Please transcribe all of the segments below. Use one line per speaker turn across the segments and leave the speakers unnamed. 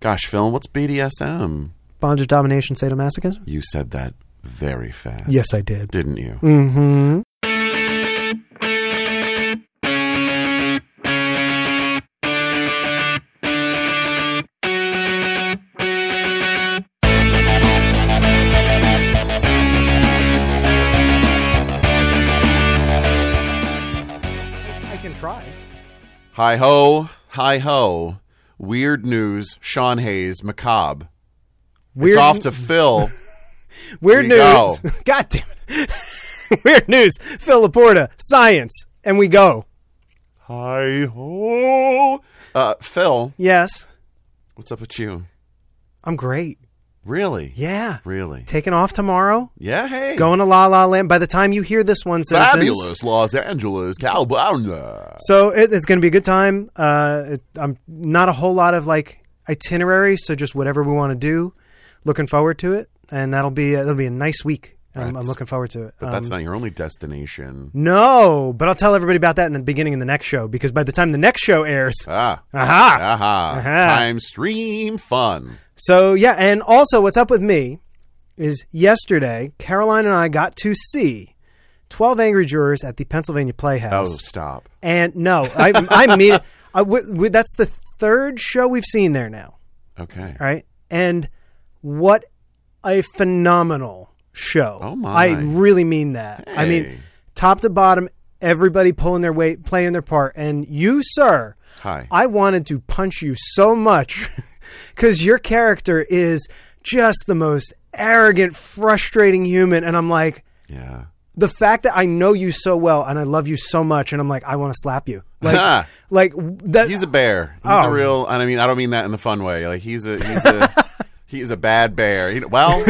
Gosh, Phil, what's BDSM?
Bondage, domination, sadomasochism?
You said that very fast.
Yes, I did.
Didn't you?
Mm-hmm. I can try.
Hi ho, hi ho. Weird news, Sean Hayes, macabre.
Weird,
It's off to Phil.
weird
we
news.
go.
God damn it. weird news. Phil Laporta, science, and we go.
hi ho. Uh, Phil,
Yes,
what's up with you?
I'm great.
Really?
Yeah,
Really?
taking off tomorrow.
Yeah, hey.
Going to La La Land. By the time you hear this one, citizens, Um,
Fabulous Los Angeles, California.
So it, it's going to be a good time. Uh, it, I'm not a whole lot of like itinerary, so just whatever we want to do. Looking forward to it, and that'll be uh, that'll be a nice week. I'm, I'm
That's-
looking forward to it. Um,
But that's not your only destination.
No, but I'll tell everybody about that in the beginning of the next show because by the time the next show airs,
Ah.
aha.
Aha.
Aha.
Time stream fun.
So yeah, and also what's up with me is yesterday Caroline and I got to see Twelve Angry Jurors at the Pennsylvania
Oh,
Playhouse.
stop.
And no, I I mean I, w- w- that's the third show we've seen there now,
Okay.
right? And what a phenomenal show!
Oh, my.
I really mean that. I
Hey.
mean, top to bottom, everybody pulling their weight, playing their part, and you, sir,
Hi.
I wanted to punch you so much because your character is just the most arrogant, frustrating human, and I'm like
yeah.
the fact that I know you so well and I love you so much, and I'm like, I want to slap you. Like, like w- that.
He's a bear. He's a
Oh.
real, and I mean, I don't mean that in the fun way. Like he's a he's a he's a bad bear. You know, well,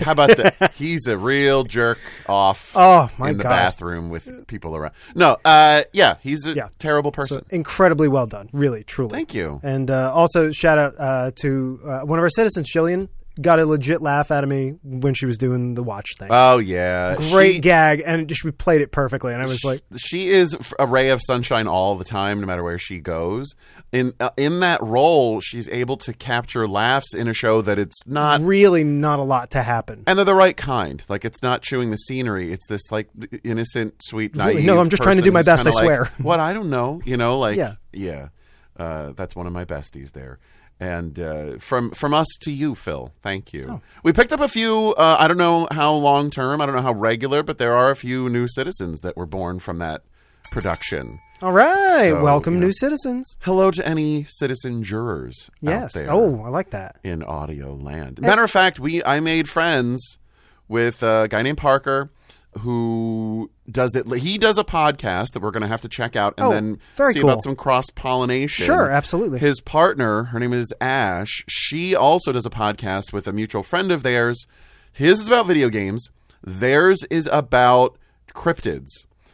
how about that? He's a real jerk off.
Oh, my
in the
God.
bathroom with people around. No, uh, yeah, he's a
Yeah.
terrible person.
incredibly well done, really, truly.
Thank you.
And uh, also shout out uh, to uh, one of our citizens, Jillian. Got a legit laugh out of me when she was doing the watch thing.
Oh yeah,
Great
She-
gag, and she played it perfectly. And I was like,
she is f- a ray of sunshine all the time, no matter where she goes. In uh, in that role, she's able to capture laughs in a show that it's not
really, not a lot to happen.
and they're the right kind. Like it's not chewing the scenery. It's this like innocent, sweet,
Absolutely.
naive.
No, I'm just trying to do
person
my
who's
best,
kinda
I
like,
swear.
What I don't know, you know, like
Yeah.
yeah, Uh, that's one of my besties there. And uh, from from us to you, Phil. Thank you.
Oh.
We picked up a few. Uh, I don't know how long term. I don't know how regular, but there are a few new citizens that were born from that production.
All right,
So,
welcome,
you
new
know.
citizens.
Hello to any citizen jurors. out
Yes.
there
Oh, I like that.
in audio land. Matter of fact, we I made friends with a guy named Parker who does it. He does a podcast that we're going to have to check out and
Oh,
then
very
see
cool.
about some cross pollination.
Sure, absolutely.
His partner, her name is Ash. She also does a podcast with a mutual friend of theirs. His is about video games. Theirs is about cryptids.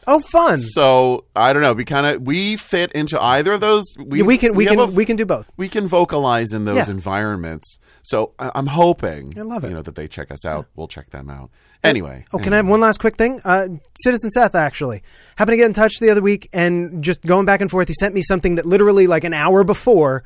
Oh, fun.
So I don't know. We kind of we fit into either of those.
Yeah, we can we,
have
can
a-
we can do both.
we can vocalize in those
Yeah.
environments. So I- I'm hoping
I love it.
You know that they check us out. We'll check them out anyway.
Oh, can I have one last quick thing? Uh, Citizen Seth actually happened to get in touch the other week, and just going back and forth, he sent me something that literally like an hour before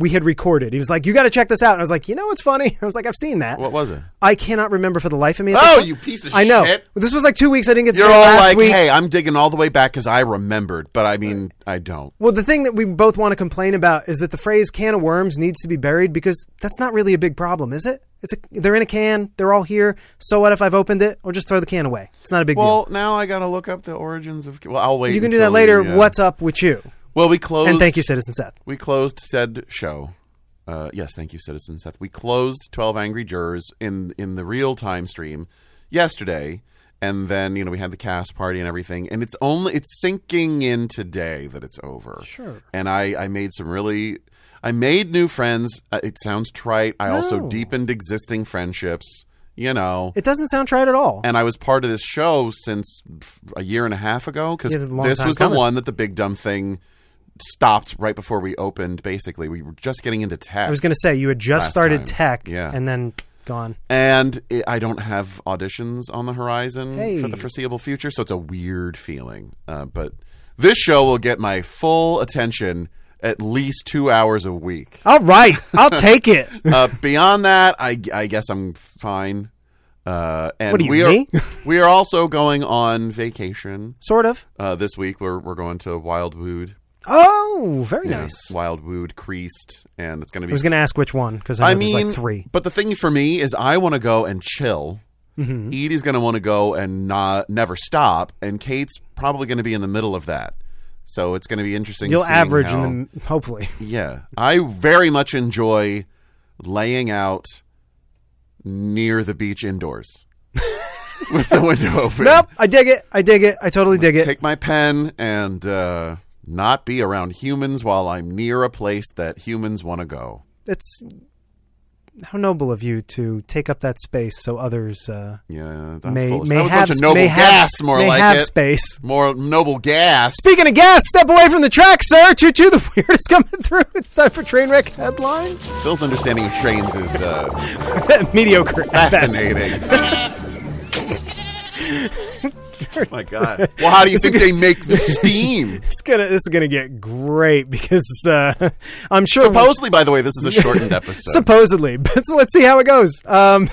we had recorded. He was like, "You got to check this out." And I was like, "You know what's funny?" I was like, "I've seen that."
What was it?
I cannot remember for the life of me. at
Oh,
the time.
you piece of
I know.
shit.
This was like two weeks. I didn't get to
You're
say
all
last
like,
week.
"Hey, I'm digging all the way back because I remembered," but I mean, I don't.
Well, the thing that we both want to complain about is that the phrase "can of worms" needs to be buried because that's not really a big problem, is it? It's a, they're in a can. They're all here. So what if I've opened it? I'll just throw the can away. It's not a big
Well, now I gotta look up the origins of. Well, I'll wait.
deal. You can do
until
that later.
we, uh,
What's up with you?
Well, we closed.
And thank you, Citizen Seth.
We closed said show. Uh, yes, thank you, Citizen Seth. We closed Twelve Angry Jurors in in the real time stream yesterday, and then you know we had the cast party and everything, and it's only it's sinking in today that it's over.
Sure.
And I I made some really I made new friends. Uh, it sounds trite. I also
No.
deepened existing friendships. You know,
It doesn't sound trite at all.
and I was part of this show since f- a year and a half ago because
Yeah, this is a long
this
time
was
coming.
the one that the big dumb thing stopped right before we opened. Basically, we were just getting into tech,
I was going to say you had just
Last
started
time.
tech,
Yeah.
and then gone.
and it, I don't have auditions on the horizon
Hey.
for the foreseeable future, so it's a weird feeling. Uh, but this show will get my full attention at least two hours a week.
All right, I'll take it.
Uh, beyond that, I, I guess I'm fine. Uh, and
What do you
we are
mean?
we are also going on vacation
sort of.
uh, this week. We're we're going to Wildwood,
Oh, very
Yeah,
nice.
Wildwood Creased, and it's going to
I
be
was going to ask which one because I,
I
know there's
mean,
like three.
But the thing for me is, I want to go and chill.
Mm-hmm.
Edie's going to want to go and not never stop, and Kate's probably going to be in the middle of that. So it's going to be interesting.
You'll
seeing
average,
how,
and then hopefully,
yeah. I very much enjoy laying out near the beach indoors with the window open.
nope. I dig it. I dig it. I totally dig it.
Take my pen and uh, not be around humans while I'm near a place that humans want to go.
That's how noble of you to take up that space so others uh,
Yeah, I'm
may
foolish.
may
that was a
have
bunch of noble
may
gas,
have,
more
may
like
have
it.
space.
More noble gas.
Speaking of gas, step away from the track, sir. Choo choo, the weird is coming through. It's time for train wreck headlines.
Phil's understanding of trains is uh,
Mediocre. at best.
fascinating. my God. Well, how do you think they make the steam?
It's gonna. This is gonna get great because uh, I'm sure.
Supposedly, by the way, this is a shortened episode.
supposedly, but so let's see how it goes. Um,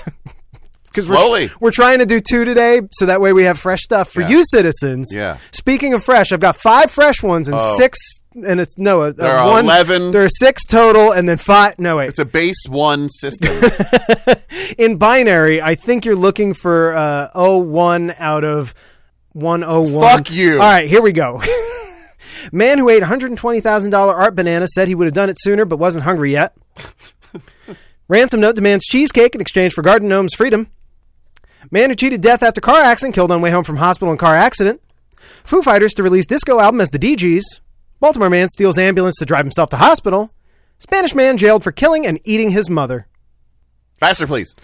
because we're,
Slowly.
we're trying to do two today, so that way we have fresh stuff for
Yeah.
you citizens.
Yeah.
Speaking of fresh, I've got five fresh ones and
Oh.
six, and it's no, a,
There are
one,
11.
There are six total, and then five. No wait,
it's a base one system.
in binary, I think you're looking for uh, 01 out of 101.
Fuck you.
All right, here we go. Man who ate $120,000 art banana said he would have done it sooner but wasn't hungry yet. Ransom note demands cheesecake in exchange for garden gnome's freedom. Man who cheated death after car accident killed on way home from hospital in car accident. Foo Fighters to release disco album as the DGs. Baltimore man steals ambulance to drive himself to hospital. Spanish man jailed for killing and eating his mother.
Faster, please.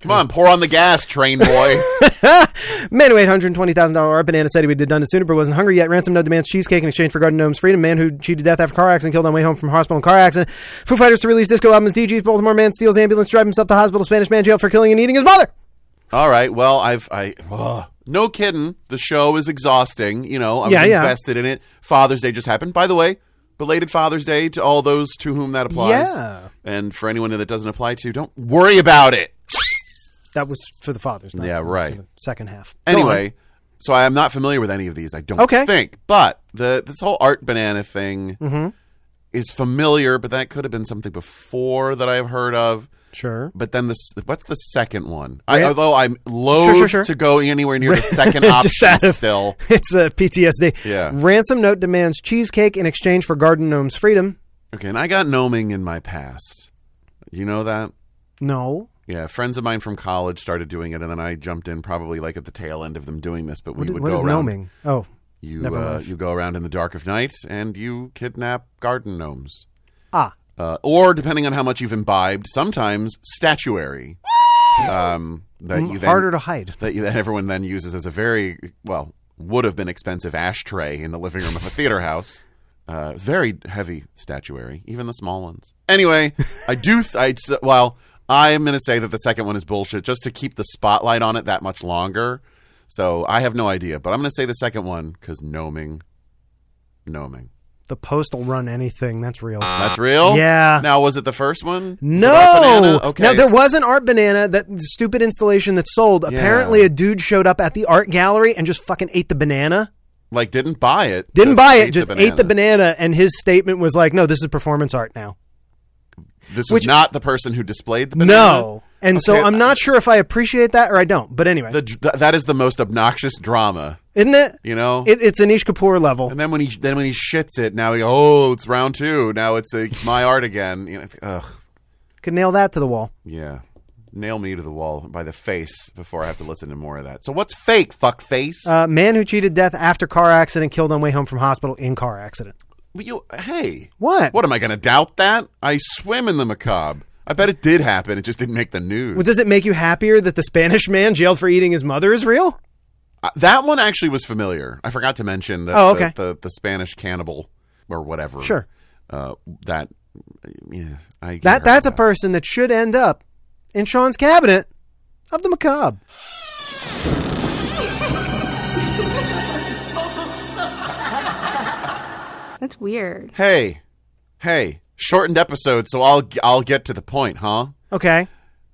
Come on, pour on the gas, train boy.
Man who ate $120,000 art banana said he would have done it sooner but wasn't hungry yet. Ransom no demands cheesecake in exchange for Garden Gnome's freedom. Man who cheated death after car accident killed on way home from hospital in car accident. Foo Fighters to release disco albums. DG's Baltimore man steals ambulance, drive himself to hospital. Spanish man jailed for killing and eating his mother.
All right. Well, I've I ugh. no kidding. The show is exhausting. You know, I'm
Yeah, yeah.
invested in it. Father's Day just happened. By the way, belated Father's Day to all those to whom that applies.
Yeah.
And for anyone that it doesn't apply to, don't worry about it.
That was for the father's night.
Yeah, right.
Second half. Go on.
Anyway, so I am not familiar with any of these. I don't
Okay.
think, but the this whole art banana thing
Mm-hmm.
is familiar. But that could have been something before that I've heard of.
Sure.
But then this, what's the second one? I,
Ran-
although I'm loath
Sure, sure, sure.
to go anywhere near the second
Just
option
out of-
still.
It's uh, a PTSD.
Yeah.
Ransom note demands cheesecake in exchange for Garden Gnome's freedom.
Okay, and I got gnoming in my past. You know that?
No.
Yeah, friends of mine from college started doing it, and then I jumped in probably like at the tail end of them doing this. But we
What,
would
what
go
is
around.
gnoming? Oh.
You
Never
uh,
mind.
you go around in the dark of night and you kidnap garden gnomes,
Ah.
uh, or depending on how much you've imbibed, sometimes statuary. um, that you then,
Mm, Harder to hide.
that, you, that everyone then uses as a very well would have been expensive ashtray in the living room of a theater house. Uh, very heavy statuary, even the small ones. Anyway, I do. Th- I s- well, I'm going to say that the second one is bullshit, just to keep the spotlight on it that much longer. So I have no idea, but I'm going to say the second one because gnoming, gnoming.
The post will run anything. That's real.
That's real.
Yeah.
Now was it the first one? Was it Art
No,
Banana? Okay.
no, there was an art banana that stupid installation that sold. Apparently, a dude showed up at the art gallery and just fucking ate the banana.
like didn't buy it.
Didn't buy it,
ate
just ate the banana. And his statement was like, "No, this is performance art now."
This was
which-
not the person who displayed the banana.
No, and so
Okay.
I'm not sure if I appreciate that or I don't. But anyway,
the, th- that is the most obnoxious drama,
isn't it?
you know.
it? It's Anish Kapoor level.
and then when he then when he shits it, now he oh it's round two. Now it's uh, my art again. You know, ugh,
Could nail that to the wall.
yeah. Nail me to the wall by the face before I have to listen to more of that. So what's fake? Fuck face.
Uh, man who cheated death after car accident killed on way home from hospital in car accident.
you hey,
What?
what am I going to doubt that? I swim in the macabre. I bet it did happen. It just didn't make the news.
Well, Does it make you happier that the Spanish man jailed for eating his mother is real?
Uh, that one actually was familiar. I forgot to mention that
Oh, okay.
the, the the Spanish cannibal or whatever.
Sure.
Uh, that yeah, I
That that's a person that should end up in Sean's cabinet of the macabre.
that?
That's weird.
Hey, hey, shortened episode, so I'll I'll get to the point, huh?
Okay.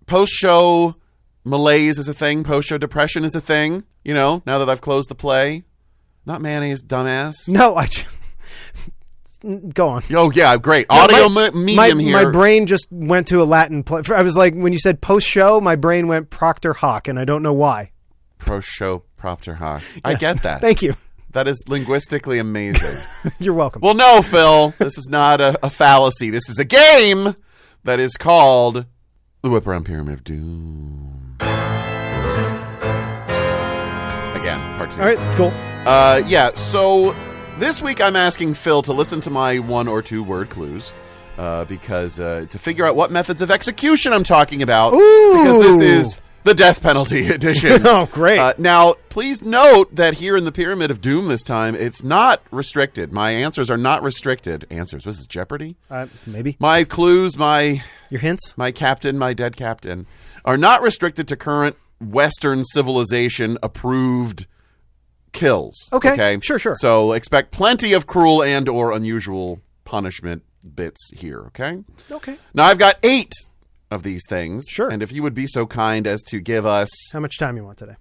Post show malaise is a thing. Post show depression is a thing. You know, now that I've closed the play, not mayonnaise, dumbass.
No, I. ju- Go on.
Oh yeah, great audio
my,
me-
my-
medium
my
here.
brain just went to a Latin. Pl- I was like, when you said post show, my brain went Proctor Hawk, and I don't know why.
Pro show propter hawk. I get that.
Thank you.
that is linguistically amazing.
You're welcome.
well, no, Phil, this is not a, a fallacy. This is a game that is called the Whip Around Pyramid of Doom. Again, part two.
All right, that's cool.
Uh, yeah, so this week I'm asking Phil to listen to my one or two word clues. Uh, because uh, to figure out what methods of execution I'm talking about, because this
Ooh.
is the death penalty edition.
Oh, great.
Uh, now, please note that here in the Pyramid of Doom this time, it's not restricted. My answers are not restricted. Answers. This is Jeopardy.
Uh, maybe
My clues, my
your hints.
my captain, my dead captain, are not restricted to current Western civilization approved kills.
Okay. Sure, sure.
So expect plenty of cruel and or unusual punishment bits here, okay?
Okay.
Now I've got eight of these things.
Sure.
And if you would be so kind as to give us
How much time you want today?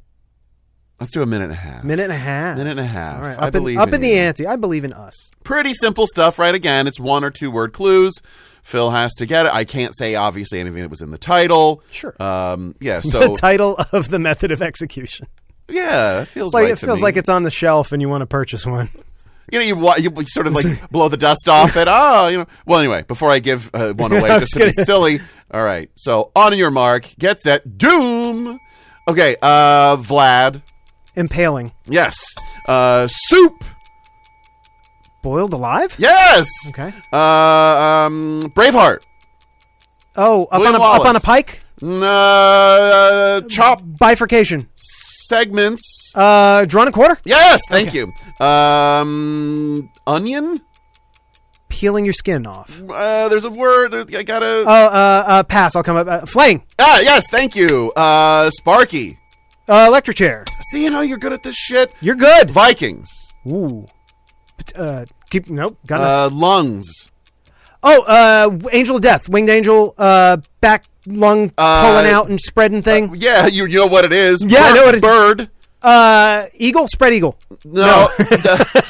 let's do a minute and a half.
Minute and a half.
Minute and a half.
All right.
I
Up, in,
believe
up
in
in the
you.
ante. I believe in us.
pretty simple stuff, right? Again, it's one or two word clues. Phil has to get it. I can't say obviously anything that was in the title.
Sure.
Um, yeah.
the
So
title of the method of execution.
yeah, it feels
It's like
right
it
to
feels
me.
like it's on the shelf, and you want to purchase one.
you know you, wa- you sort of like blow the dust off it. Oh, you know. Well, anyway, before I give uh, one away,
I was
just to be
gonna-
silly. All right. So on your mark, get set, doom. Okay, uh, Vlad.
Impaling.
Yes. Uh, soup.
Boiled alive.
Yes.
Okay.
Uh, um, Braveheart.
Oh, up
William
on a, up on a
Wallace.
pike.
Uh, chop
Bifurcation.
segments.
Uh, drawn a quarter.
Yes, thank you. Um, onion.
Peeling your skin off.
Uh, there's a word. There's, I gotta.
Oh, uh, uh, pass. I'll come up. Uh, flaying.
ah, yes, thank you. Uh, Sparky.
Uh, electric chair.
See, you know you're good at this shit.
You're good.
Vikings.
Ooh. But, Uh, keep nope. Got nothing.
Uh, lungs.
Oh, uh, angel of death, winged angel, uh, back lung
Uh,
pulling out and spreading thing.
Yeah, you, you know what it is.
Yeah, I
bird,
know what it-
Bird.
Uh, eagle, spread eagle.
No.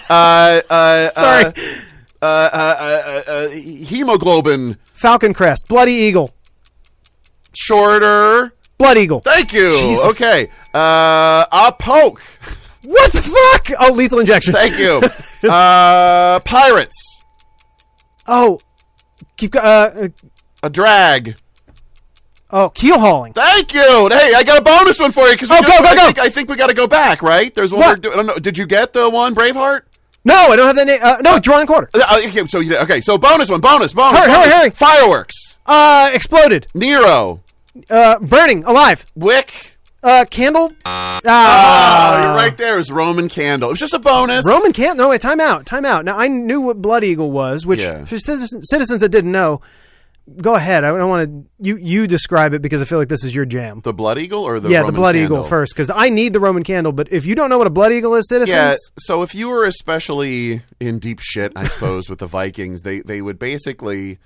uh, uh,
Sorry,
Uh, uh, uh, uh, uh, hemoglobin.
falcon crest, bloody eagle,
Shorter.
blood eagle.
Thank you.
Jesus.
Okay. Uh, a poke.
What the fuck? Oh, lethal injection.
Thank you. uh, pirates.
Oh, keep. go- Uh, uh,
A drag.
oh, keel hauling.
Thank you. And Hey, I got a bonus one for you because
Oh, go, go,
I
go.
Think, I think we got to go back, right? There's one.
What?
We're doing, I don't know. Did you get the one Braveheart?
No, I don't have that name. Uh, no, drawn and quarter.
Uh, okay, so you did- okay, so bonus one, bonus, bonus.
Hurry, hurry,
bonus.
hurry.
Fireworks.
Uh, exploded.
Nero.
Uh, burning alive.
Wick.
Uh, candle.
Oh,
Ah,
you're right there. It was Roman candle. It was just a bonus.
Roman can't. No, wait, time out. Time out. Now, I knew what Blood Eagle was, which
Yeah.
for citizens, citizens that didn't know, go ahead. I don't want to. You, you describe it because I feel like this is your jam.
The blood eagle or the
yeah,
Roman
the Blood
candle?
Eagle first, because I need the Roman candle, but if you don't know what a Blood Eagle is, citizens.
Yeah. So if you were especially in deep shit, I suppose, with the Vikings, they they would basically.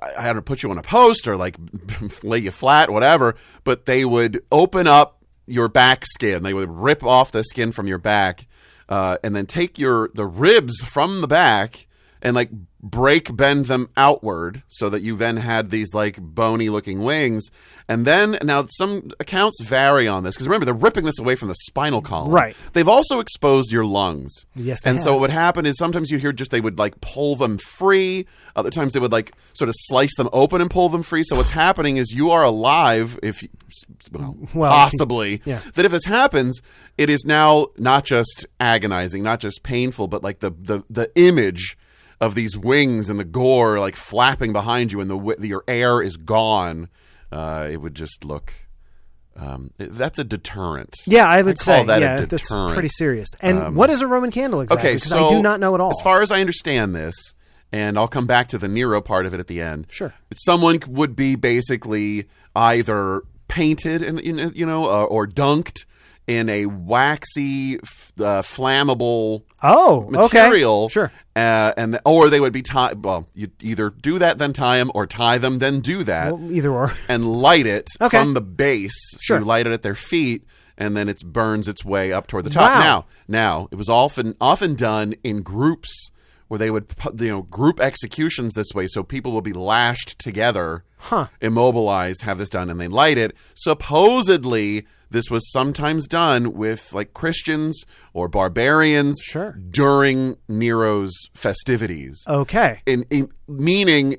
I I don't know, put you on a post or like lay you flat, whatever. But they would open up your back skin. They would rip off the skin from your back, uh, and then take your the ribs from the back and like break bend them outward, so that you then had these like bony looking wings. And then now some accounts vary on this because remember they're ripping this away from the spinal column.
Right.
They've also exposed your lungs.
Yes, they
And so
have.
what would happen is sometimes you hear just they would like pull them free. Other times they would like sort of slice them open and pull them free. So what's happening is you are alive if well,
Well,
possibly
yeah.
that if this happens, it is now not just agonizing, not just painful, but like the the the image of these wings and the gore like flapping behind you and the wi- your air is gone. Uh, it would just look. Um, that's a deterrent.
Yeah, I would
I'd
say
call that a
yeah, that's
deterrent. Um,
pretty serious. And what is a Roman candle exactly?
Okay,
Because
so
I do not know at all.
As far as I understand this, and I'll come back to the Nero part of it at the end.
Sure.
someone c- would be basically either painted and you know, you know, uh, or dunked in a waxy, f- uh, flammable
Oh,
material.
Okay. Sure.
Uh, and or they would be tied. Well, you either do that then tie them, or tie them then do that
Well, either or.
and light it
Okay.
from the base. So
Sure.
you light it at their feet, and then it burns its way up toward the top.
Wow.
Now, now it was often often done in groups where they would pu- you know group executions this way, so people will be lashed together,
Huh.
immobilized, have this done, and they light it. Supposedly. This was sometimes done with like Christians or barbarians
Sure.
during Nero's festivities
Okay.
in, in meaning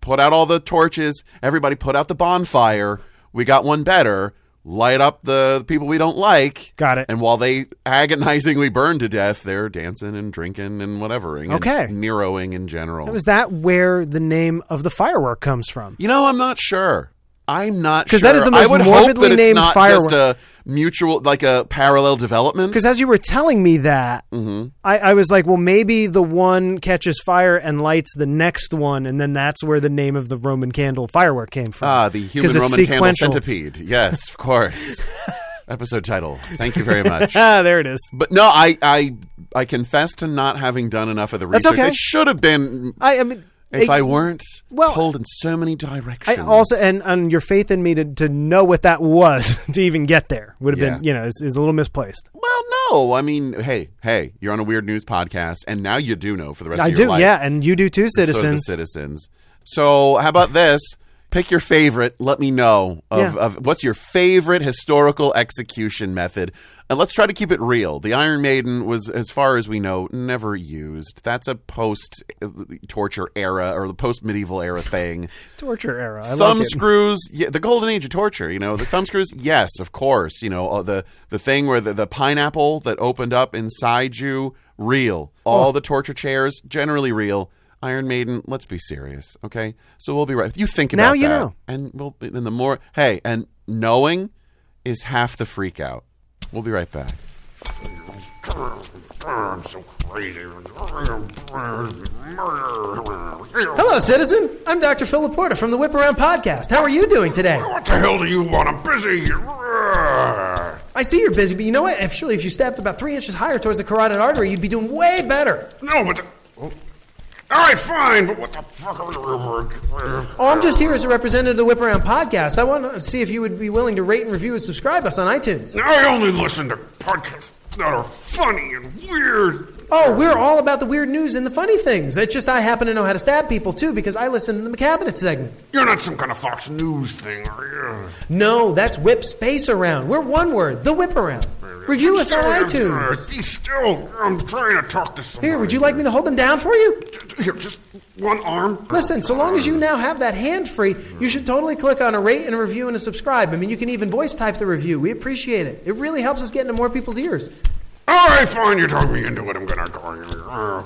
put out all the torches everybody put out the bonfire we got one better light up the people we don't like
Got it.
and while they agonizingly burn to death they're dancing and drinking and whatevering
Okay.
and neroing in general
Was that where the name of the firework comes from?
you know i'm not sure i'm not sure
'Cause that is the most
I would hope
morbidly
that it's
named
not
firework.
just a mutual like a parallel development
Because as you were telling me that,
Mm-hmm.
I, I was like, well, maybe the one catches fire and lights the next one, and then that's where the name of the Roman candle firework came from.
ah the
'Cause
human
it's
roman candle
sequential.
centipede yes of course episode title thank you very much
Ah, there it is.
But no, I I I confess to not having done enough of the research.
That's okay.
It should have been
I, I mean,
if
it-
I weren't
well,
pulled in so many directions.
I also and and your faith in me to, to know what that was to even get there would have been you know is, is a little misplaced.
well, no, I mean, hey, hey, you're on a weird news podcast, and now you do know for the rest
I
of your
do,
life.
yeah, and you do too,
So do the
citizens.
citizens. So how about this? Pick your favorite. Let me know of,
Yeah.
of what's your favorite historical execution method, and let's try to keep it real. The Iron Maiden was, as far as we know, never used. That's a post uh, torture era or the post medieval era thing.
Torture era. I
thumb
like it.
screws, yeah, the golden age of torture. You know, the thumb screws. Yes, of course. You know, uh, the the thing where the, the pineapple that opened up inside you, real. All
Oh.
the torture chairs, generally real. Iron Maiden. Let's be serious, okay? So we'll be right. You think about
Now you
that,
know.
and we'll. And the more, hey, and knowing is half the freak out. We'll be right back.
I'm so crazy. Murder.
Hello, citizen. I'm Dr. Phil Laporta from the Whip Around Podcast. How are you doing today?
What the hell do you want? I'm busy.
I see you're busy, but you know what? If, surely if you stepped about three inches higher towards the carotid artery, you'd be doing way better.
No, but. The, all right, fine, but what the fuck are you.
Oh, I'm just here as a representative of the Whip Around Podcast. I want to see if you would be willing to rate and review and subscribe us on iTunes.
I only listen to podcasts that are funny and weird.
Oh, we're all about the weird news and the funny things. It's just I happen to know how to stab people, too, because I listen to the cabinet segment.
You're not some kind of Fox News thing, are
No, that's Whip Space Around. We're one word, the Whip Around.
you?
Review us on
Still, I'm-
iTunes.
uh, Still, I'm trying to talk to somebody.
Here, would you like me to hold them down for you?
Here, just one arm.
Listen, so long as you now have that hand free, you should totally click on a rate and a review and a subscribe. I mean, you can even voice type the review. We appreciate it. It really helps us get into more people's ears.
All right, fine. You talk me into it. I'm gonna go.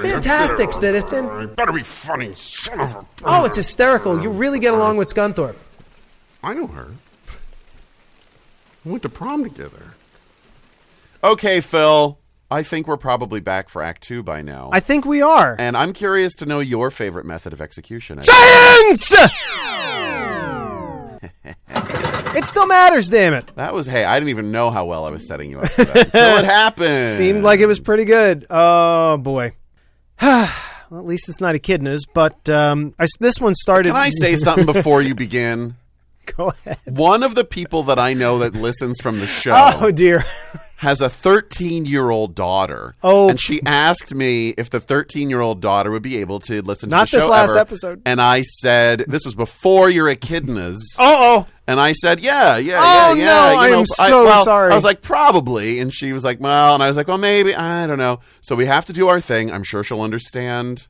Fantastic, citizen.
Better be funny, son of a.
Oh, it's hysterical. You really get along with Scunthorpe.
I know her. We went to prom together.
Okay, Phil. I think we're probably back for Act Two by now.
think we are.
and I'm curious to know your favorite method of execution.
Science! it still matters, damn it.
That was hey, I didn't even know how well I was setting you up for that until it happened.
Seemed like it was pretty good. Oh, boy. well, at least it's not echidnas, but um, I s this one started.
Can I say something before you begin?
Go ahead.
One of the people that I know that listens from the show
Oh, dear.
has a 13 year old daughter.
Oh.
And she asked me if the 13 year old daughter would be able to listen
Not
to the
this
show
last
ever.
episode.
And I said, this was before your echidnas.
Uh oh.
And I said, "Yeah, yeah,
Oh,
yeah,
no,
yeah."
I
you know,
am so
well,
sorry.
I was like, "Probably," and she was like, "Well," and I was like, "Well, maybe. I don't know." So we have to do our thing. I'm sure she'll understand.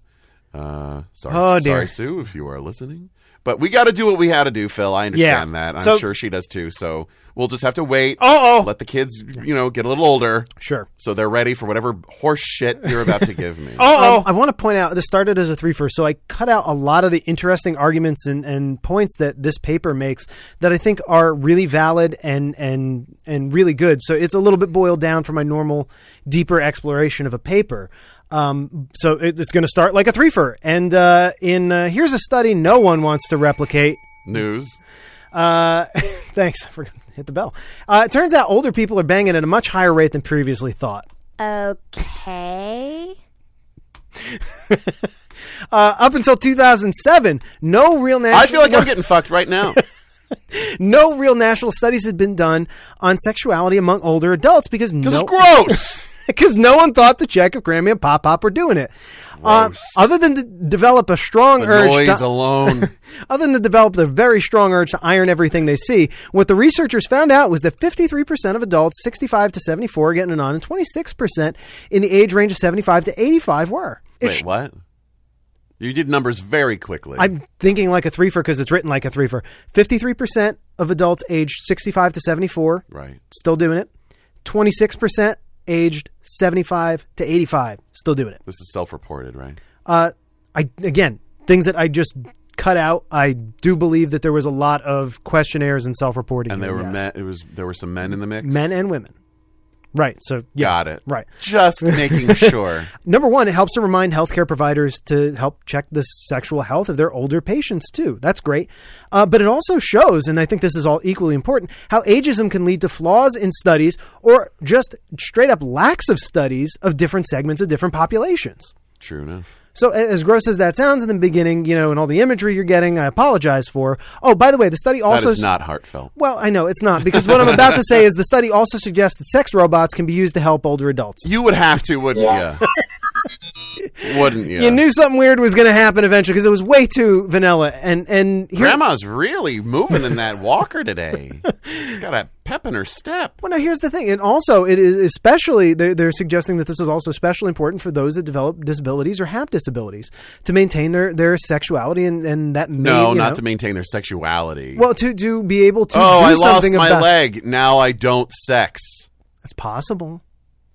Uh, sorry, sorry,
Oh, dear.
Sue, if you are listening, but we got to do what we had to do, Phil. I understand
Yeah.
that. I'm
So-
sure she does too. So we'll just have to wait.
Uh-oh.
let the kids, you know, get a little older,
Sure.
so they're ready for whatever horse shit you're about to give me.
Oh, I want to point out this started as a three first, so I cut out a lot of the interesting arguments and, and points that this paper makes that I think are really valid and and and really good. So it's a little bit boiled down from my normal deeper exploration of a paper. Um, so it, it's going to start like a threefer, and uh, in uh, here's a study no one wants to replicate.
News.
Uh, thanks. I forgot.
hit the bell. Uh, it turns out older people are banging at a much higher rate than previously thought.
Okay.
Uh, up until 2007, no real national
I feel like I'm getting fucked right now.
no real national studies had been done on sexuality among older adults because
This
no
is gross.
because no one thought to check if Grammy and Pop Pop were doing it. Uh, other than to develop a strong urge
Noise
to,
alone.
other than to develop the very strong urge to iron everything they see, what the researchers found out was that 53% of adults 65 to 74 are getting it on, and 26% in the age range of 75 to 85 were. It sh-
Wait, what? You did numbers very quickly.
I'm thinking like a threefer because it's written like a threefer. 53% of adults aged 65 to 74
right.
still doing it. 26% aged 75 to 85 still doing it.
This is self-reported, right?
Uh, I again things that I just cut out. I do believe that there was a lot of questionnaires and self-reporting,
And
here,
there were
Oh, yes.
men. It was there were some men in the mix.
men and women. Right. So yeah,
got it.
Right.
Just making sure.
Number one, it helps to remind healthcare providers to help check the sexual health of their older patients too. That's great. Uh, but it also shows, and I think this is all equally important, how ageism can lead to flaws in studies or just straight up lacks of studies of different segments of different populations.
True enough.
So, a- as gross as that sounds in the beginning, you know, and all the imagery you're getting, I apologize for. Oh, by the way, the study
That is
also.
not heartfelt.
well, I know it's not because what I'm about to say is the study also suggests that sex robots can be used to help older adults.
You would have to, wouldn't you? wouldn't you?
You knew something weird was going to happen eventually because it was way too vanilla. And and here,
Grandma's really moving in that walker today. She's got a pep in her step.
Well, no, here's the thing, and also it is especially they're, they're suggesting that this is also especially important for those that develop disabilities or have disabilities to maintain their their sexuality and and that may,
No,
you
not
know-
to maintain their sexuality.
Well, to to be able to
oh,
do
I lost
something
my
about
leg. Now I don't sex.
it's possible.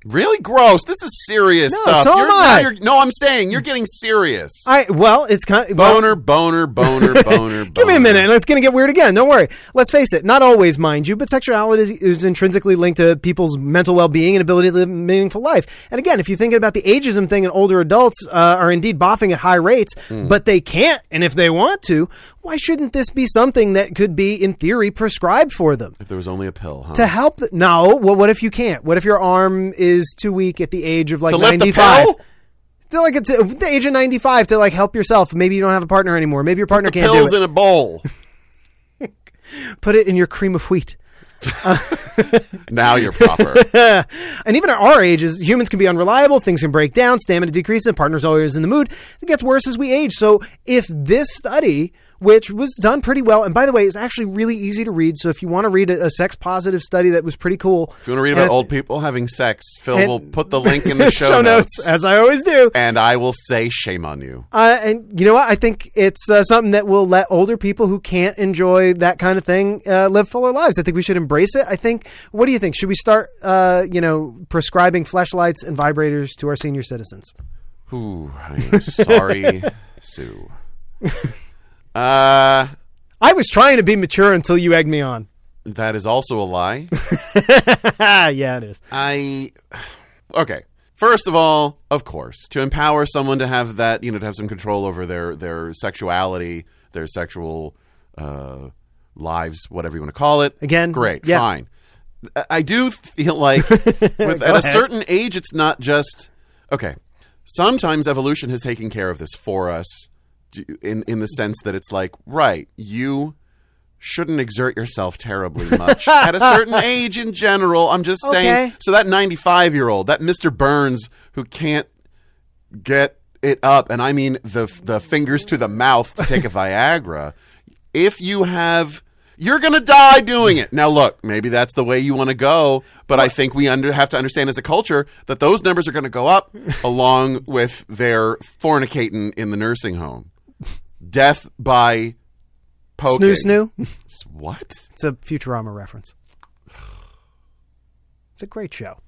Really gross. This is serious
No,
stuff.
so
You're-
am I.
you're- no, I'm saying you're getting serious.
I well, it's kind of
boner, boner, boner, boner, boner.
Give me a minute, and it's going to get weird again. Don't worry. Let's face it, not always, mind you, but sexuality is, is intrinsically linked to people's mental well being and ability to live a meaningful life. And again, if you think about the ageism thing, and older adults uh, are indeed boffing at high rates,
Hmm.
but they can't, and if they want to, why shouldn't this be something that could be, in theory, prescribed for them?
If there was only a pill, huh?
To help, the, no. Well, what if you can't? What if your arm is too weak at the age of like
To lift the
ninety-five?
pill?
To like it's, uh, the age of ninety-five to like help yourself. Maybe you don't have a partner anymore. Maybe your partner can't do it
Pills in a bowl.
put it in your cream of wheat.
now you're proper.
And even at our ages, humans can be unreliable, things can break down, stamina decreases, and partners always in the mood. It gets worse as we age. So if this study, which was done pretty well, and by the way, it's actually really easy to read. So if you want to read a, a sex positive study that was pretty cool,
If you want to read about old people having sex, Phil
and-
will put the link in the show, notes.
as I always do.
and I will say shame on you.
Uh, and you know what? I think it's uh, something that will let older people who can't enjoy that kind of thing uh, live fuller lives. I think we should embrace it. I think. What do you think? Should we start, uh, you know, prescribing flashlights and vibrators to our senior citizens?
Ooh, I am sorry, Sue. Uh,
I was trying to be mature until you egged me on.
that is also a lie.
Ah, yeah, it is.
I okay. First of all, of course, to empower someone to have that, you know, to have some control over their their sexuality, their sexual uh, lives, whatever you want to call it.
Again,
great,
yeah.
fine. I- I do feel like with, at a certain age, it's not just okay. Sometimes evolution has taken care of this for us, d- in in the sense that it's like, right, you shouldn't exert yourself terribly much at a certain age in general. I'm just saying.
Okay.
So that 95 year old, that Mr. Burns who can't get it up, and I mean the the fingers to the mouth to take a Viagra. If you have, you're gonna die doing it. Now, look, maybe that's the way you want to go, but I think we under, have to understand as a culture that those numbers are gonna go up along with their fornicating in the nursing home, death by poking.
Snoo snoo.
S- What?
It's a Futurama reference. It's a great show.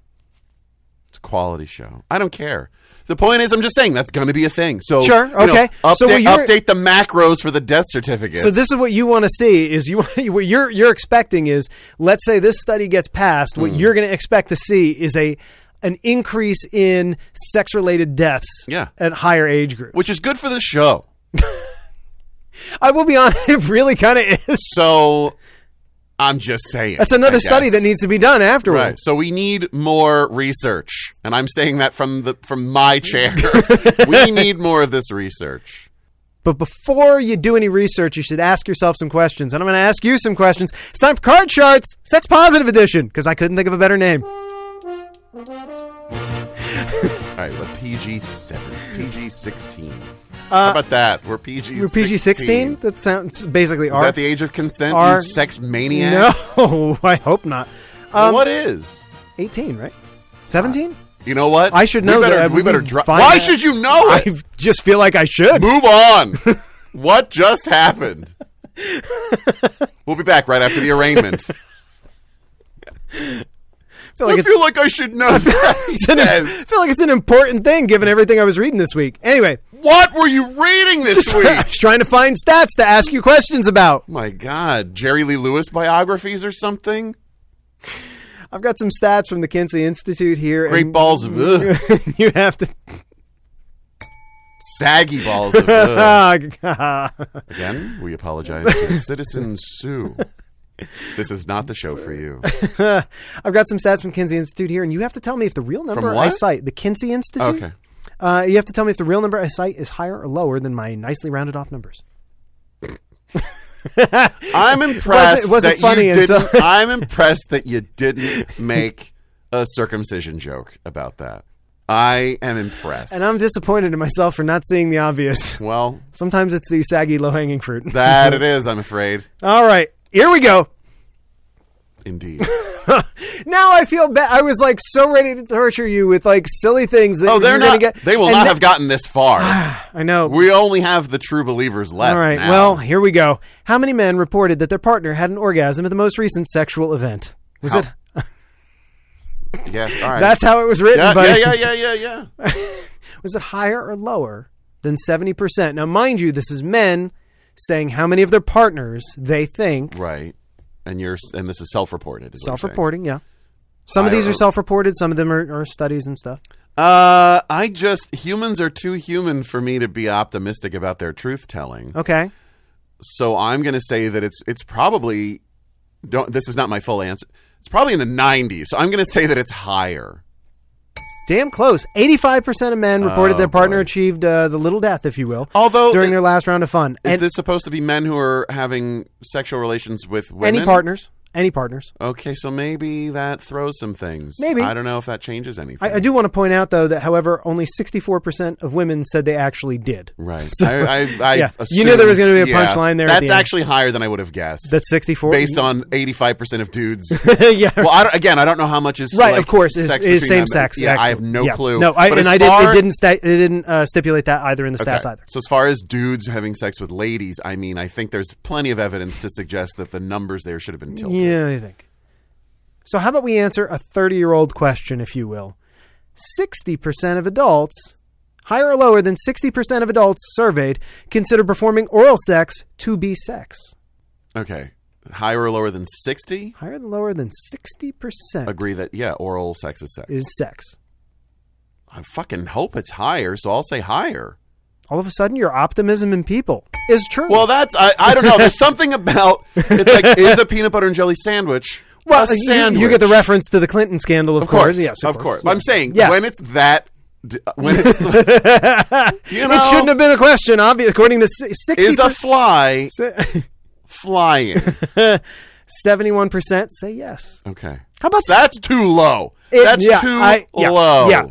It's a quality show. I don't care. The point is, I'm just saying that's going to be a thing. So
Sure,
you know,
okay.
update,
So will your-
update the macros for the death certificate.
So this is what you want to see is you what you're you're expecting is let's say this study gets passed
Hmm.
what you're going to expect to see is a an increase in sex related deaths
Yeah.
at higher age groups.
which is good for the show.
I will be honest, it really kind of is.
So I'm just saying.
That's another
I
study
guess.
that needs to be done afterwards.
Right. So we need more research, and I'm saying that from the from my chair. we need more of this research.
But before you do any research, you should ask yourself some questions. And I'm going to ask you some questions. It's time for Card Charts, Sex Positive Edition, because I couldn't think of a better name.
All right, let PG seven, PG sixteen.
Uh,
How about that? We're PG.
You're PG 16? That sounds basically
Is
R.
that the E age of consent?
R-
you sex maniac.
no, I hope not.
Well,
Um,
what is?
18, right? 17?
You know what?
I should
We
know
better-
that.
We
We
better
can
drop.
find
Why
that.
should you know it?
I just feel like I should.
Move on. what just happened? we'll be back right after the arraignment.
I feel like
I
it's,
feel like I should know. that, he
it's an,
says.
I feel like it's an important thing given everything I was reading this week. Anyway,
What were you reading this
just
week?
trying to find stats to ask you questions about.
My God, Jerry Lee Lewis biographies or something?
I've got some stats from the Kinsey Institute here.
Great
and
balls of ugh.
you have to.
saggy balls of ugh.
Ah,
Again, we apologize to Citizen Sue. This is not the show for you.
I've got some stats from Kinsey Institute here, and you have to tell me if the real number I
what?
cite, the Kinsey Institute.
Okay.
Uh, you have to tell me if the real number I cite is higher or lower than my nicely rounded off numbers.
I'm impressed. that
It wasn't- it wasn't funny
You didn't,
until-
I'm impressed that you didn't make a circumcision joke about that. I am impressed.
And I'm disappointed in myself for not seeing the obvious.
well,
Sometimes it's the saggy, low hanging fruit.
that it is. I'm afraid.
All right, here we go.
Indeed.
Now I feel bad. I was like so ready to torture you with like silly things that
Oh, they're
you're
not.
gonna get.
They will
and
not
th-
have gotten this far.
I know.
We only have the true believers left.
All right.
now.
Well, here we go. How many men reported that their partner had an orgasm at the most recent sexual event? Was
How-
it?
yes. All right.
That's how it was written.
yeah,
but
yeah, yeah, yeah, yeah, yeah.
was it higher or lower than seventy percent? Now, mind you, this is men saying how many of their partners they think
Right. And you're and this is self-reported. is what you're saying.
self-reporting. Yeah. Some of these
Higher-
are self-reported. Some of them are, are studies and stuff.
Uh, I just humans are too human for me to be optimistic about their truth telling.
Okay.
So I'm going to say that it's it's probably don't. This is not my full answer. It's probably in the 90s. So I'm going to say that it's higher.
Damn close. Eighty-five percent of men reported
Oh,
their partner
boy.
achieved uh, the little death, if you will,
Although
during
i-
their last round of fun.
Is
And
this supposed to be men who are having sexual relations with women?
any partners? Any partners?
Okay, so maybe that throws some things.
Maybe.
I don't know if that changes anything.
I, I do want to point out, though, that however, only 64% of women said they actually did.
Right.
So-
I, I, I
yeah. You knew there was
assumed-
gonna be a punchline there at
That's
the end.
actually higher than I would have guessed.
That's 64.
based on 85% of dudes.
yeah.
well, I don't, again, I don't know how much is
Right,
like,
of course, is,
sex
is
between
same
them.
sex.
Yeah, I have
actually.
no
Yeah.
clue.
No, I,
But as
and I did,
far-
it didn't sta- it didn't uh, stipulate that either in the stats
Okay.
either.
So as far as dudes having sex with ladies, I mean, I think there's plenty of evidence to suggest that the numbers there should have been tilted.
Yeah, I think. So, how about we answer a 30 year old question, if you will? 60% of adults, higher or lower than 60% of adults surveyed, consider performing oral sex to be sex.
Okay. Higher or lower than 60?
Higher than lower than 60%
Agree that, yeah, oral sex is sex.
is sex.
I fucking hope it's higher, so I'll say higher.
all of a sudden your optimism in people is true.
Well, that's, I, I don't know. There's something about, it's like, is a peanut butter and jelly sandwich
Well,
a
you-
sandwich?
You, get the reference to the Clinton scandal, of,
Of course,
Yes,
of course. I'm saying
Yeah.
when it's that, d- uh, when it's, you know,
it shouldn't have been a question. Obvious, according to si-
is
sixty,
a fly flying?
seventy-one percent say yes.
Okay,
How about s-
that's too low.
It-
that's
yeah,
too
I- yeah,
low.
yeah.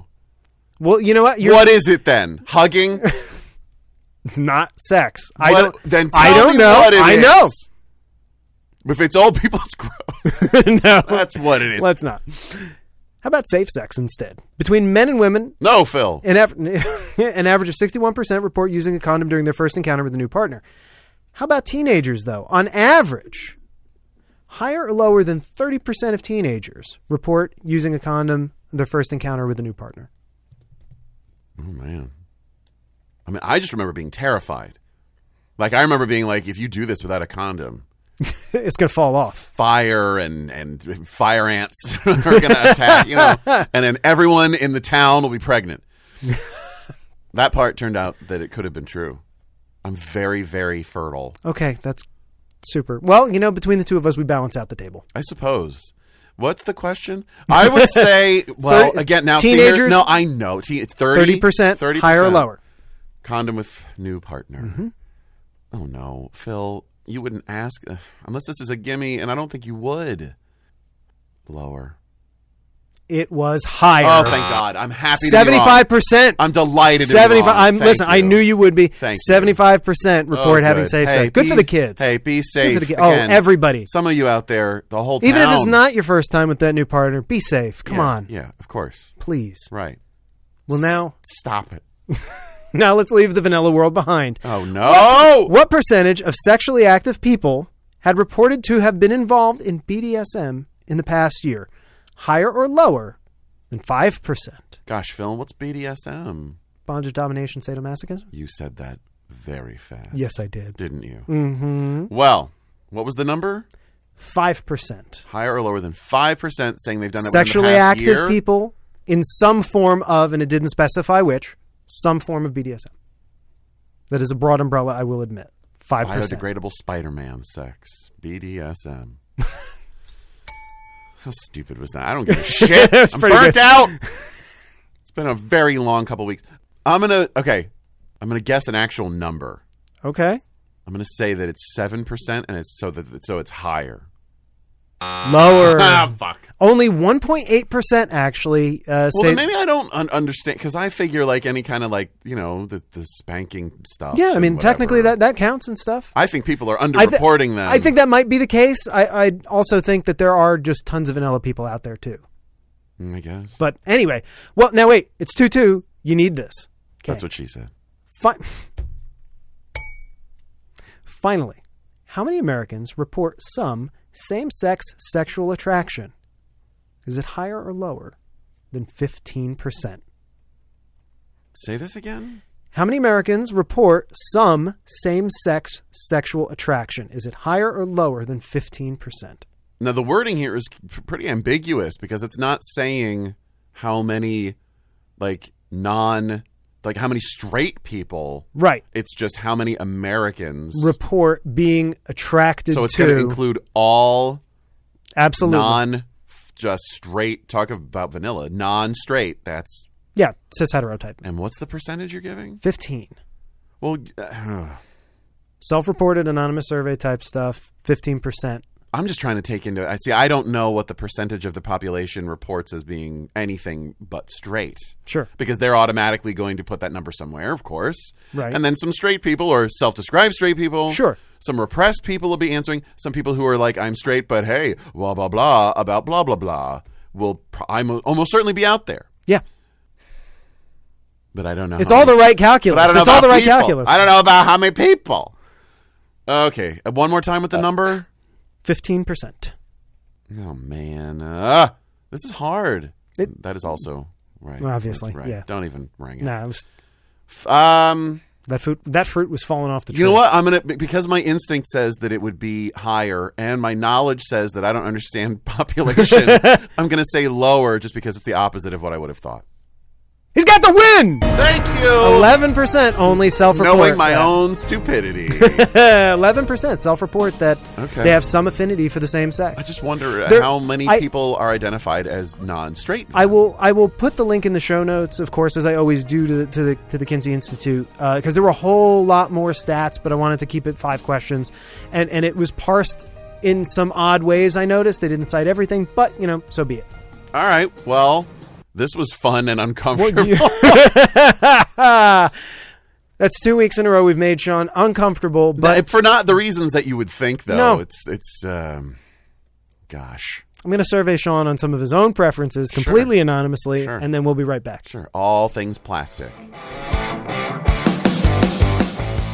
Well, you know what? You're
What is it then? Hugging?
not sex. I
What-
don't.
Then tell
I don't
me
know.
What it
I
is.
know.
If it's old people, it's gross.
no,
that's what it is.
let's not. How about safe sex instead? Between men and women,
no, Phil.
an, av- an average of 61% report using a condom during their first encounter with a new partner. How about teenagers, though? On average, higher or lower than 30% of teenagers report using a condom their first encounter with a new partner.
Oh man. I mean, I just remember being terrified. Like I remember being like, if you do this without a condom,
it's going to fall off.
fire and and fire ants are going to attack you know and then everyone in the town will be pregnant that part turned out that it could have been true i'm very very fertile
Okay, that's Super. Well, you know, between the two of us, we balance out the table.
I suppose. What's the question? I would say, well,
Thirty-
again, now
teenagers?
senior- no, I know. Teen, it's 30,
30%,
30%.
higher or lower. Mm-hmm.
Condom with new partner. Oh, no. Phil, you wouldn't ask uh, unless this is a gimme, and I don't think you would. Lower.
It was higher.
Oh, thank God. I'm happy to be wrong.
Seventy-five percent.
I'm delighted to be wrong.
I'm
Thank
listen. I
you.
knew you would be.
Thank you.
Seventy-five percent report
Oh,
having
good.
safe
Hey,
sex. Good for
be-
the kids.
Hey, be safe.
for the ki- oh,
Again,
everybody.
Some of you out there, the whole
Even if it's
town.
not your first time with that new partner, be safe. Come
Yeah,
on,
Yeah, of course.
please.
Right.
Well, now,
Stop it.
now let's leave the vanilla world behind.
Oh no.
What percentage of sexually active people had reported to have been involved in BDSM in the past year? Higher or lower than 5%?
Gosh, Phil, what's BDSM?
Bondage, domination, sadomasochism?
You said that very fast.
Yes, I did.
Didn't you? Mm-hmm. Well, what was the number?
5%.
Higher or lower than five percent saying they've done it
Sexually
within the past
active
year?
people in some form of, and it didn't specify which, some form of BDSM. That is a broad umbrella, I will admit. 5%.
Biodegradable Spider-Man sex. BDSM. How stupid was that? I don't give a shit.
That's
I'm
pretty
burnt
good.
out. It's been a very long couple weeks. I'm gonna okay. I'm gonna guess an actual number.
Okay.
I'm gonna say that it's seven percent, and it's so that so it's higher.
Lower.
Ah, fuck.
Only 1.8% actually uh,
Well,
say.
then maybe I don't un- understand because I figure like any kind of like you know the the spanking stuff.
yeah, I
and
mean, technically
whatever.
that, that counts and stuff.
I think people are
I thi-
underreporting them.
I think that might be the case. I, I also think that there are just tons of vanilla people out there too.
Mm, I guess
But anyway, well, now wait, it's two two. You need this.
that's what she said.
Fi- Finally, how many Americans report some same-sex sexual attraction? Is it higher or lower than fifteen percent?
Say this again.
How many Americans report some same-sex sexual attraction? Is it higher or lower than fifteen percent?
Now the wording here is p- pretty ambiguous because it's not saying how many like non like how many straight people.
Right.
It's just how many Americans.
report being attracted
so it's
to
going to include all
absolutely
non just straight talk about vanilla non straight that's
yeah cis heterotype
and what's the percentage you're giving
15
well uh,
self-reported anonymous survey type stuff 15%
i'm just trying to take into i see i don't know what the percentage of the population reports as being anything but straight
sure
because they're automatically going to put that number somewhere of course
Right.
and then some straight people or self-described straight people
Sure.
some repressed people will be answering some people who are like i'm straight but hey blah blah blah about blah blah blah will pro- i'm almost certainly be out there
yeah
but i don't know
it's
how
all
many-
the right
But I
calculus
don't know
it's all
about
the right
people.
calculus
I don't know about how many people. Okay, uh, one more time with the number.
15%
Oh man, uh, this is hard.
It-
that is also right.
Well, obviously,
right.
yeah.
Don't even ring it.
nah it was,
F- Um,
that fruit that fruit was falling off the tree
you know what? I'm gonna be- because my instinct says that it would be higher, and my knowledge says that I don't understand population. I'm gonna say lower, just because it's the opposite of what I would have thought.
he's got the win
Thank you.
11% only self-report
Knowing my
that-
own stupidity,
11% self-report that
Okay.
they have some affinity for the same sex
I just wonder uh,
There-
how many
I-
people are identified as non-straight.
I will I will put the link in the show notes, of course, as I always do to the to the, to the Kinsey Institute, because there were a whole lot more stats, but I wanted to keep it five questions, and and it was parsed in some odd ways. I noticed they didn't cite everything, but you know, so be it.
All right. Well, this was fun and uncomfortable.
That's two weeks in a row we've made Sean uncomfortable, but
for not the reasons that you would think, though.
No.
It's it's um, gosh,
I'm going to survey Sean on some of his own preferences completely anonymously,
Sure.
and then we'll be right back.
sure, all things plastic.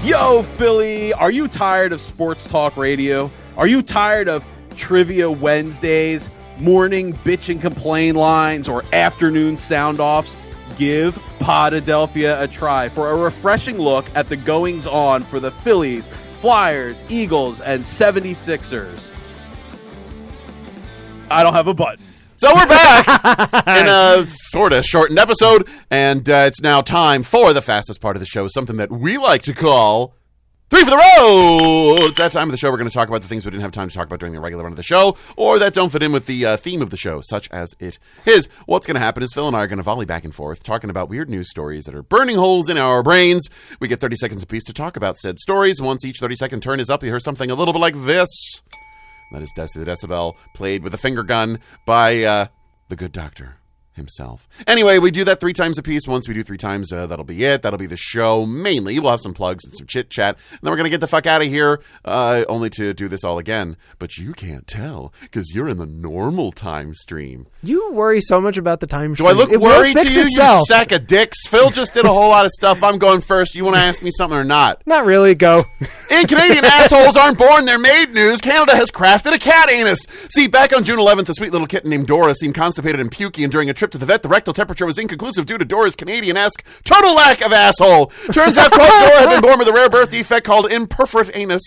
Yo, Philly, are you tired of sports talk radio? Are you tired of trivia Wednesdays, morning bitch and complain lines, or afternoon sound offs? Give Podadelphia a try for a refreshing look at the goings on for the Phillies, Flyers, Eagles, and 76ers. I don't have a button.
So we're back in a sort of shortened episode, and uh, it's now time for the fastest part of the show, something that we like to call three for the road. it's that time of the show. We're going to talk about the things we didn't have time to talk about during the regular run of the show, or that don't fit in with the uh, theme of the show, such as it is. What's going to happen is Phil and I are going to volley back and forth, talking about weird news stories that are burning holes in our brains. We get 30 seconds apiece to talk about said stories. Once each 30 second turn is up, you hear something a little bit like this. That is Dusty the Decibel, played with a finger gun by uh, the good doctor himself. Anyway, we do that three times a piece. Once we do three times, uh, that'll be it. That'll be the show mainly. We'll have some plugs and some chit chat. And then we're going to get the fuck out of here, uh, only to do this all again. But you can't tell because you're in the normal time stream.
You worry so much about the time.
Do I look worried to you, you sack of dicks? Phil just did a whole lot of stuff. I'm going first. You want to ask me something or not?
Not really. Go.
In Canadian assholes aren't born, they're made news. Canada has crafted a cat anus. See, back on June 11th, a sweet little kitten named Dora seemed constipated and pukey, and during a trip to the vet, the rectal temperature was inconclusive due to Dora's Canadian-esque total lack of asshole. Turns out Dora had been born with a rare birth defect called imperforate anus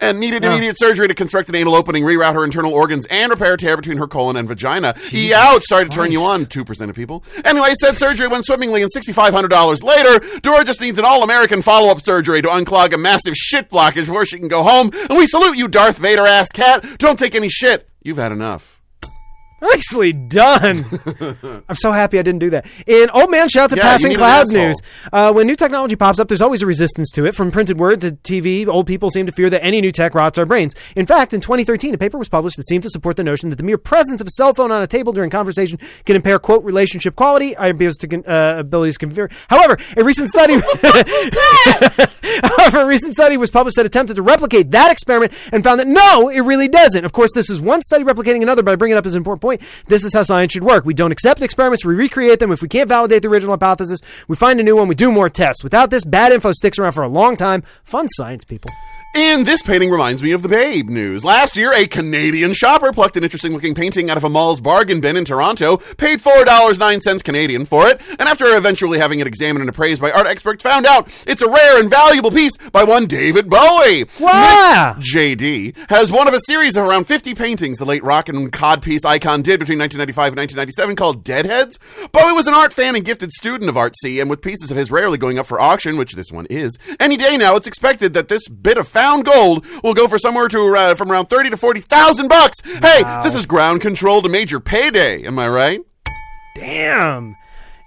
and needed immediate surgery to construct an anal opening, reroute her internal organs, and repair tear between her colon and vagina. Yow, it's started to turn you on, 2% of people. Anyway, said surgery went swimmingly, and $6,500 later, Dora just needs an all-American follow-up surgery to unclog a massive shit blockage before she can go home. And we salute you, Darth Vader ass cat. Don't take any shit. You've had enough.
Nicely done. I'm so happy I didn't do that. In Old Man Shouts at
Yeah, you
Passing
need an
Cloud
asshole.
News, uh, when new technology pops up, there's always a resistance to it. From printed word to TV, old people seem to fear that any new tech rots our brains. In fact, in 2013, a paper was published that seemed to support the notion that the mere presence of a cell phone on a table during conversation can impair, quote, relationship quality, our abilities to, con- uh, abilities to confer- However, a recent study. However, a recent study was published that attempted to replicate that experiment and found that no, it really doesn't. Of course, this is one study replicating another, but I bring it up as an important point. This is how science should work. We don't accept experiments, we recreate them. If we can't validate the original hypothesis, we find a new one, we do more tests. Without this, bad info sticks around for a long time. Fun science, people.
And this painting reminds me of the Babe news. Last year, a Canadian shopper plucked an interesting looking painting out of a mall's bargain bin in Toronto, paid $4.09 Canadian for it, and after eventually having it examined and appraised by art experts, found out it's a rare and valuable piece by one David Bowie.
Wow!
JD, has one of a series of around 50 paintings the late rock and codpiece icon did between 1995 and 1997 called Deadheads. Bowie was an art fan and gifted student of artsy, and with pieces of his rarely going up for auction, which this one is, any day now it's expected that this bit of found gold will go for somewhere to uh, from around 30 to 40,000 bucks. Hey, this is ground control to major payday, am I right?
Damn.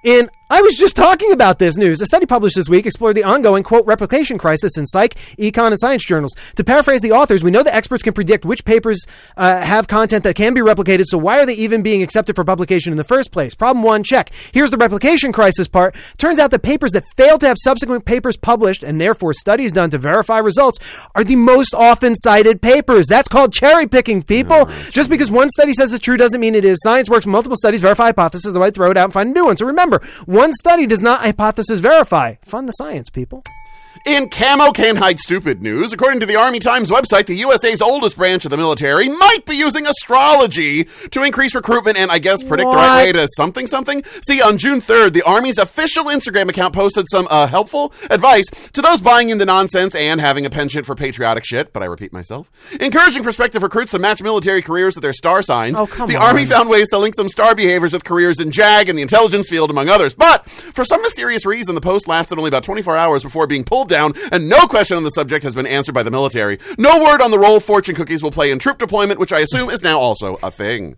And I was just talking about this news. A study published this week explored the ongoing, quote, replication crisis in psych, econ, and science journals. To paraphrase the authors, we know that experts can predict which papers uh, have content that can be replicated, so why are they even being accepted for publication in the first place? Problem one, check. Here's the replication crisis part. Turns out that papers that fail to have subsequent papers published, and therefore studies done to verify results, are the most often cited papers. That's called cherry picking, people. Just because one study says it's true doesn't mean it is. Science works multiple studies, verify hypothesis, otherwise throw it out and find a new one. So remember, one study does not hypothesis verify. Fund the science, people.
In camo can hide stupid news, according to the Army Times website, the USA's oldest branch of the military might be using astrology to increase recruitment and, I guess, predict the right
What?
way to something something. See, on June 3rd, the Army's official Instagram account posted some uh, helpful advice to those buying into nonsense and having a penchant for patriotic shit, but I repeat myself, encouraging prospective recruits to match military careers with their star signs.
Oh, come
the
on.
Army found ways to link some star behaviors with careers in JAG and the intelligence field, among others. But for some mysterious reason, the post lasted only about 24 hours before being pulled down, and no question on the subject has been answered by the military. No word on the role fortune cookies will play in troop deployment, which I assume is now also a thing.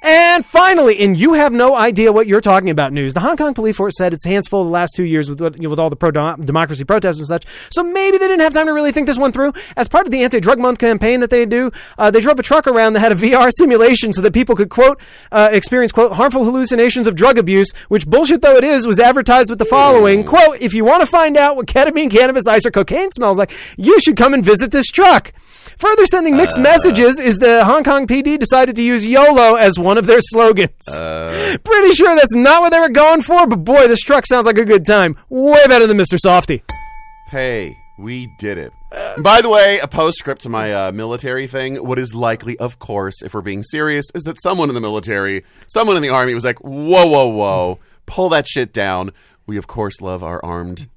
And finally, and you have no idea what you're talking about news. The Hong Kong police force said it's hands full the last two years with what- you know, with all the pro democracy protests and such. So maybe they didn't have time to really think this one through. As part of the anti drug month campaign that they do, uh, they drove a truck around that had a VR simulation so that people could quote uh, experience quote harmful hallucinations of drug abuse, which bullshit though it is was advertised with the following quote: If you want to find out what ketamine, cannabis, ice, or cocaine smells like, you should come and visit this truck. Further sending mixed messages is the Hong Kong PD decided to use YOLO as one of their slogans. Pretty sure that's not what they were going for, but boy, this truck sounds like a good time. Way better than Mr. Softy.
Hey, we did it. By the way, a postscript to my uh, military thing. What is likely, of course, if we're being serious, is that someone in the military, someone in the army was like, whoa, whoa, whoa, pull that shit down. We, of course, love our armed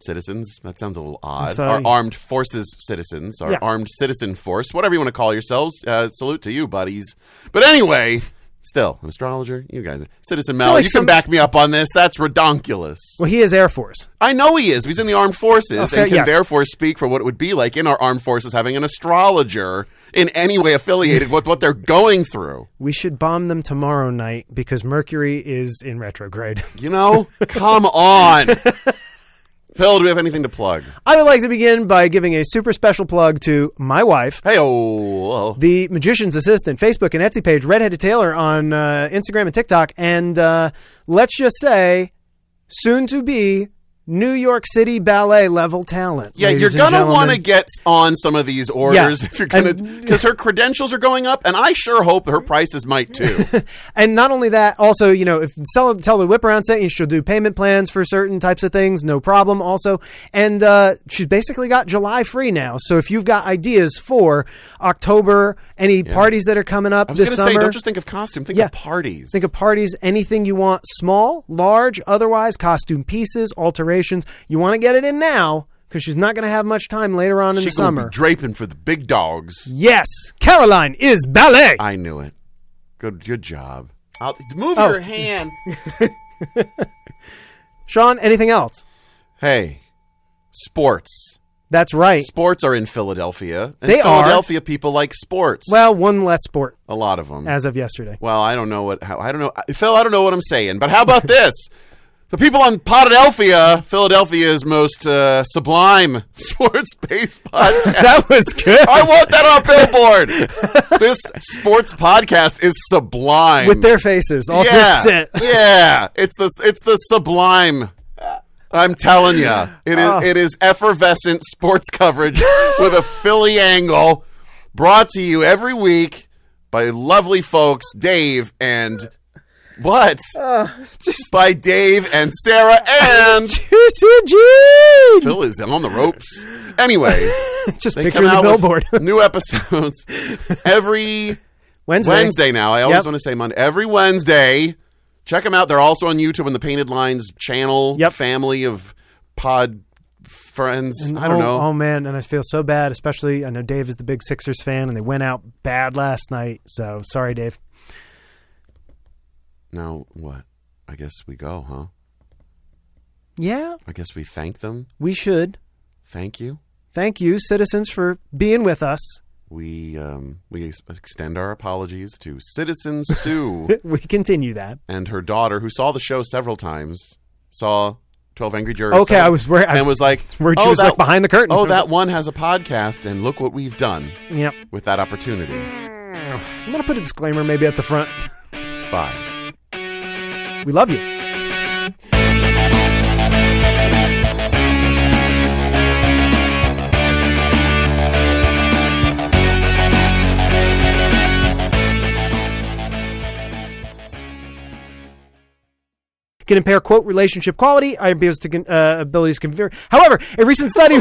citizens. That sounds a little odd.
Sorry.
Our armed forces citizens, our
Yeah.
armed citizen force, whatever you want to call yourselves. Uh, salute to you, buddies. But anyway, Still, an astrologer. You guys, Citizen
feel
Mel,
like
you
some-
can back me up on this. That's redonkulous.
Well, he is Air Force.
I know he is. He's in the armed forces
Oh, fair-
and can
yes.
therefore speak for what it would be like in our armed forces having an astrologer in any way affiliated with what they're going through.
We should bomb them tomorrow night because Mercury is in retrograde.
You know? Come on. Phil, do we have anything to plug?
I would like to begin by giving a super special plug to my wife,
Hey, oh.
the magician's assistant, Facebook and Etsy page, Redheaded Taylor on uh, Instagram and TikTok, and uh, let's just say, soon to be New York City ballet level talent.
Yeah, you're gonna want to get on some of these orders
Yeah.
if you're gonna,
And-
because her credentials are going up, and I sure hope her prices might too.
And not only that, also, you know, if sell, tell the whip around set, you she'll do payment plans for certain types of things, no problem, also. And uh, she's basically got July free now. So if you've got ideas for October, any parties that are coming up
I was
this
gonna say,
summer.
don't just think of costume, think
Yeah.
of parties.
Think of parties, anything you want, small, large, otherwise, costume pieces, alterations. You want to get it in now because she's not going to have much time later on in the
She's gonna
summer.
be draping for the big dogs.
yes, Caroline is ballet.
I knew it. Good, good job. I'll, move
Oh.
your hand.
Sean, anything else?
Hey, sports.
That's right.
Sports are in Philadelphia. And
They are.
Philadelphia people like sports.
Well, one less sport
a lot of them.
as of yesterday.
Well, I don't know what how, I don't know, Phil. I don't know what I'm saying, but how about this? The people on Potadelphia, Philadelphia's most uh, sublime sports-based podcast.
That was good.
I want that on Billboard. this sports podcast is sublime
With their faces. All
yeah,
that's it.
yeah. It's the it's the sublime. I'm telling you, it is
Oh.
it is effervescent sports coverage with a Philly angle, brought to you every week by lovely folks Dave and what?
Uh,
by Dave and Sarah and
Juicy Gene!
Phil is on the ropes. Anyway,
Just
they
picture
come
the
out with
billboard.
new episodes every
Wednesday.
Wednesday now. I always
Yep.
want to say Monday. Every Wednesday, check them out. They're also on YouTube and the Painted Lines channel.
Yep.
Family of pod friends. I don't
oh,
know.
Oh man, and I feel so bad, especially I know Dave is the big Sixers fan and they went out bad last night. So sorry, Dave.
now what? I guess we go, huh?
Yeah,
I guess we thank them.
we should.
Thank you.
Thank you, citizens, for being with us.
We um, we ex- extend our apologies to Citizen Sue
We continue that.
and her daughter, who saw the show several times. Saw Twelve Angry Jurors.
Okay,
several-
I was where I
and was like,
where she
oh,
was
that-
like behind the curtain. I
Oh,
was
that one has a podcast, and look what we've done
like, Yep.
with that opportunity.
I'm gonna put a disclaimer maybe at the front.
Bye.
We love you. Can impair quote relationship quality. I abuse to con- uh, abilities. Conver- However, a recent study.